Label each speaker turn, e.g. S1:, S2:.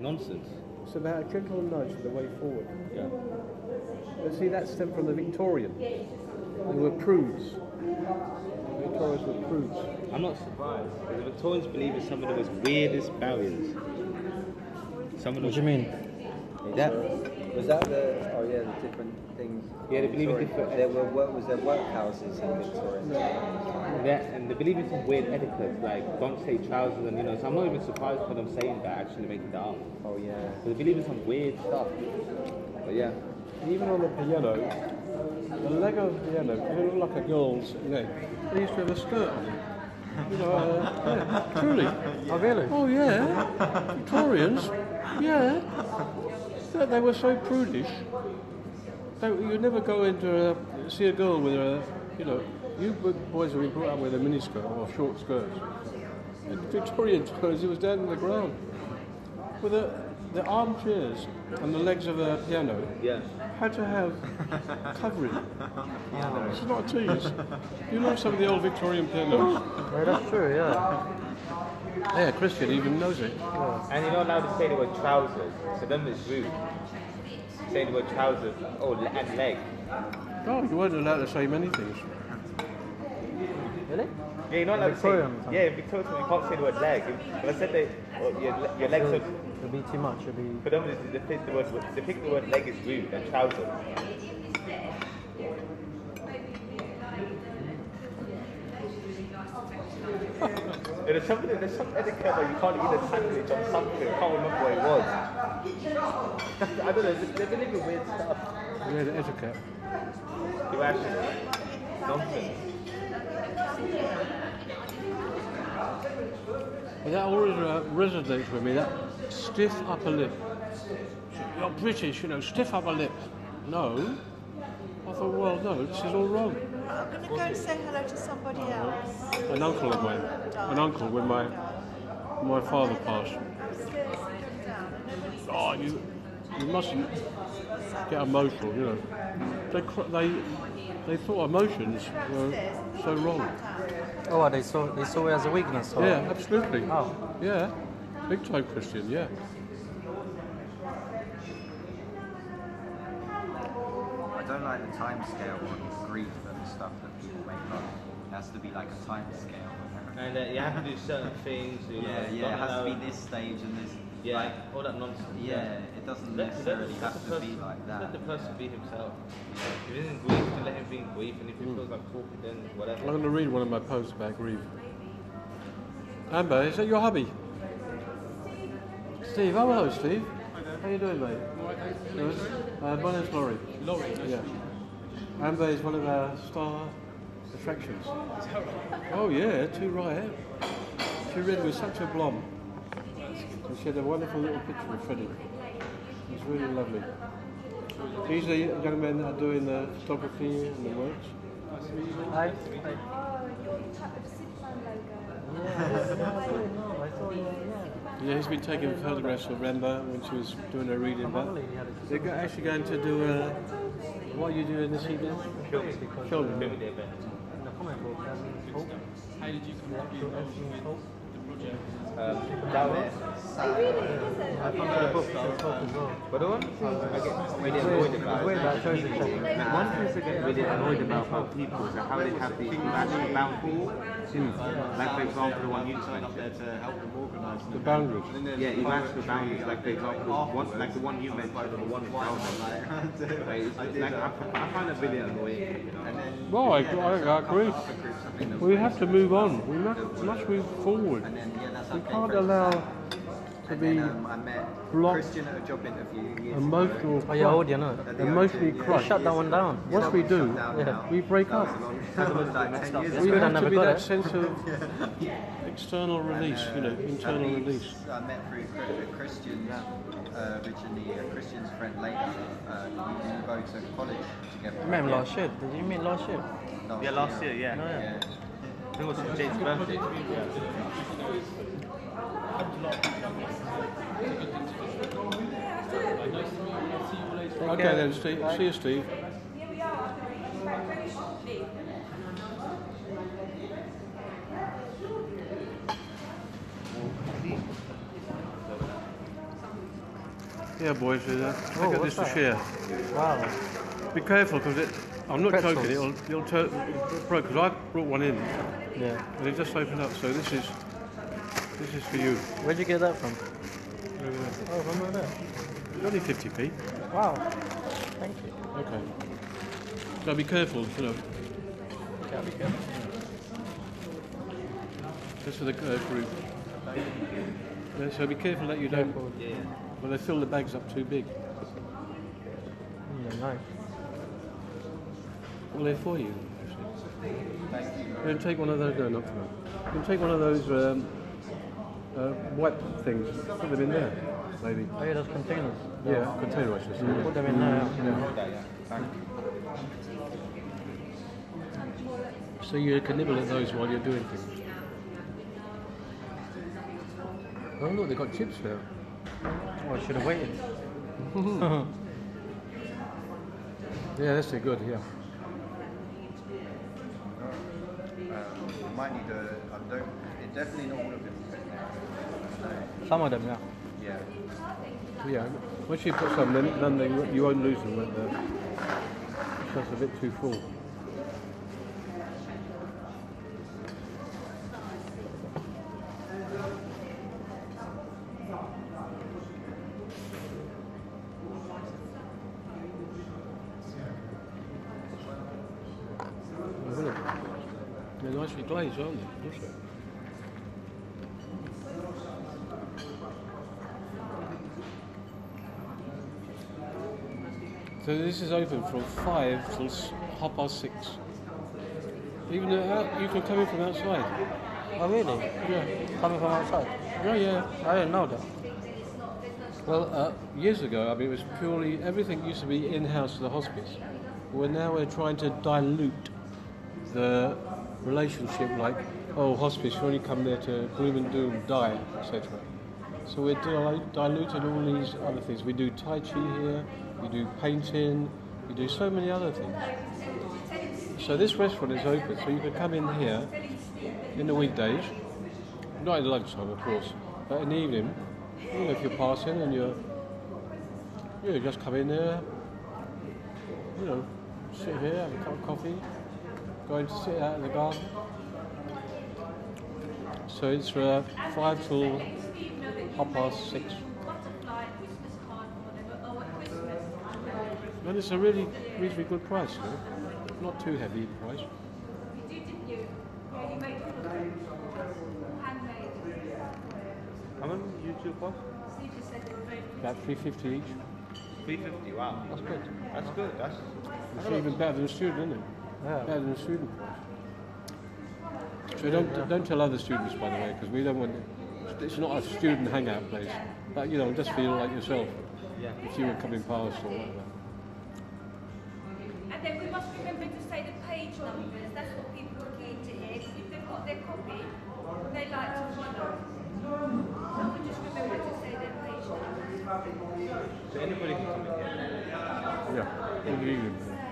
S1: Nonsense.
S2: It's about a gentle nudge for the way forward.
S1: Yeah.
S2: But see, that's stemmed from the Victorian. They were prudes. The Victorians were prudes.
S1: I'm not surprised. The Victorians believe in some of the most weirdest barriers. Some of the
S3: What do you mean?
S1: That
S4: Was that the? Oh yeah, the different things.
S1: Yeah, they believe in
S4: Sorry.
S1: different-
S4: There were what was there workhouses in Victoria?
S1: that and they believe in some weird etiquette, like don't say trousers and you know. So I'm not even surprised for them saying that actually making that up.
S4: Oh yeah.
S1: So they believe in some weird stuff. But yeah.
S2: Even on the piano, the leg of the piano, it looked like a girl's leg. They used to have a skirt on. You know, uh, yeah, truly.
S3: Oh, really?
S2: Oh yeah, Victorians. Yeah, they, they were so prudish. They, you never go into a, see a girl with a, you know, you b- boys have been brought up with a miniskirt or short skirts. In Victorian times, it was down on the ground with a, the armchairs and the legs of a piano
S1: Yeah.
S2: had to have covering. It's not a tease. You know some of the old Victorian pianos.
S3: Yeah, that's true, yeah.
S2: Yeah, Christian even knows it.
S1: And you're not allowed to say the word trousers. So them is rude. Say the word trousers. Oh, le- and leg.
S2: Oh, you weren't allowed to say many things.
S3: Really?
S1: Yeah, you're not allowed
S3: Victorian
S1: to
S3: something.
S1: say. Yeah, in Victorian you can't say the word leg. If- If I said that oh, your, le- your legs
S3: It'll,
S1: are
S3: it'll be too much. It'll be.
S1: For them, they pick the word, they pick the word leg is rude and trousers. there's something, there's some etiquette where you can't eat a sandwich or something. I can't remember what it was. I don't know. They believe in weird stuff.
S2: Weird etiquette.
S1: You actually nonsense.
S2: But that always uh, resonates with me, that stiff upper lip. You're British, you know, stiff upper lip. No. I thought, well, no, this is all wrong.
S5: I'm going to go and say hello to somebody else.
S2: An uncle of mine, an uncle when my, my father passed.
S5: Upstairs, come down. And nobody's
S2: Oh, you, you mustn't get emotional, you know. They, cr- they, they thought emotions were so wrong.
S3: Oh, what, they saw they saw it as a weakness. Or?
S2: Yeah, absolutely.
S3: Oh.
S2: Yeah, big time Christian, yeah.
S4: I don't like the time scale on grief and stuff that people make up. It has to be like a time scale.
S1: And uh, you have to do certain things. You know,
S4: Yeah,
S1: you
S4: yeah. It
S1: don't
S4: has to
S1: allow-
S4: be this stage and this.
S1: Yeah,
S4: Like,
S1: all that nonsense.
S4: yeah. It doesn't
S1: Let-
S4: necessarily
S1: let the
S4: have to be
S1: person-
S4: like that.
S1: Let the person be himself. If he doesn't grief, then let him be in grief, and
S4: Hmm.
S1: if he feels like talking, then
S2: I'm
S1: whatever.
S2: going to read one of my posts about grief. Amber, is that your hubby? Steve, oh hello, Steve. How you doing, mate? Lewis? Uh, my name's Laurie. Laurie, yeah. Amber is one of our star attractions. Oh yeah, too right. eh? She read with such a blom. And she had a wonderful little picture of Freddie. It's really lovely. These are young men that are doing the photography and the works.
S3: I, I,
S2: Yeah, he's been taking photographs of Rembo when she was doing her reading. But
S3: Probably, yeah, that's-
S2: they're go- actually going to do a. What are you doing this evening?
S1: Film.
S2: Film.
S1: Film the event.
S3: the comic book has been full. The actual editing is full.
S1: Um, down there.
S3: I found the book that was full as well.
S1: But the one thing I get really annoyed
S3: The way
S1: about
S3: that shows each other.
S1: The one thing I get really annoyed about how people is how they have these back boundaries. Like for example, the one you signed up there to help them organise.
S2: The boundaries.
S1: Yeah, you match the boundaries. Like for example, one, like the one you mentioned, the one in Melbourne. Like, it's- like I, I find that really annoying. You know?
S2: Well, I, I, I agree. We have to move on. We must, must move forward.
S4: And then yeah, that's
S2: We
S4: okay,
S2: can't
S4: for
S2: allow
S4: instance.
S2: to
S4: And then
S2: be
S4: um, I met
S2: blocked.
S4: Christian at a job interview. Years ago.
S2: emotional.
S3: Oh, yeah,
S2: crushed.
S3: audio, no.
S2: Emotionally
S3: They
S2: crushed.
S3: shut that one down.
S2: What we do, we break up.
S4: That was like 10 years
S3: That's
S2: We
S3: good, I
S2: have to
S3: never
S2: be
S3: got
S2: that
S3: it.
S2: sense of external release, you know, internal
S4: and he's-
S2: release.
S4: I met through Chri- uh, Christian's, uh, originally a Christian's friend later. Uh, we didn't go to college together.
S3: I met him last year. Did you meet last year? Oh,
S1: Yeah, last year, yeah.
S4: Yeah.
S1: I think it was James' birthday.
S2: Okay then, Steve. See you, Steve. Yeah, boys, uh,
S6: Oh,
S2: look at this
S6: what's
S2: to share.
S6: that? Wow.
S2: Be careful because it. I'm not joking. It'll,
S6: Pretzels.
S2: it'll turn it broke because I brought one in and
S6: Yeah.
S2: it just opened up. So this is this is for you.
S6: Where'd you get that from?
S2: Over there.
S6: Oh, from over there.
S2: It's Only 50p.
S6: Wow. Thank you.
S2: Okay. So be careful, you know.
S6: Gotta be careful.
S2: This is the uh, group. Yeah, so be careful that you don't. Well, they fill the bags up too big.
S6: Mm, nice.
S2: Well, they're for you. Actually. You can take one of those. No, not for me. You can take one of those um, uh, white things. Put them in there, maybe.
S6: Oh, yeah, those containers.
S2: Yeah, container I should say.
S6: Mm. Put them in there. yeah.
S2: So you can nibble at those while you're doing things. Oh look, they've got chips now.
S6: Oh, I should have waited.
S2: Yeah, that's they're good. Yeah.
S4: Um, might need a. I don't. It definitely not all of them.
S6: Some of them, yeah.
S4: Yeah.
S2: Yeah. Once you put some, then, then they, you won't lose them. Won't they? It's just a bit too full. They're nicely glazed, aren't they? Also. So this is open from five till s- half past six. Even though out, you can come in from outside.
S6: Oh, really?
S2: Yeah.
S6: Coming from outside?
S2: Oh yeah.
S6: I didn't know that.
S2: Well, uh, years ago, I mean, it was purely everything used to be in-house to the hospice. We're now we're trying to dilute the relationship, like oh, hospice, you only come there to gloom and doom, die, etc. So we're dil- diluting all these other things. We do tai chi here, we do painting, we do so many other things. So this restaurant is open, so you can come in here in the weekdays, not at lunchtime, of course, but in the evening. You know, if you're passing and you're, you know, just come in there, you know, sit here, have a cup of coffee, go and sit out in the garden. So it's uh, five till half past six. And it's a really reasonably good price, you know? not too heavy a price.
S1: How much you two cost?
S2: About three fifty each.
S1: 350, wow. That's good. That's good. That's
S2: It's even better than student, isn't it?
S6: Yeah.
S2: Better than student price. So don't don't tell other students, by the way, because we don't want. It's not a student hangout place, but you know, just feel like yourself.
S1: Yeah.
S2: If you were coming past or whatever.
S7: And then we must remember to say the page numbers, that's what people are keen to hear. If they've got their copy, they like to follow. Someone just remember to say their page numbers.
S1: so anybody can come in here.
S2: Yeah. In the evening.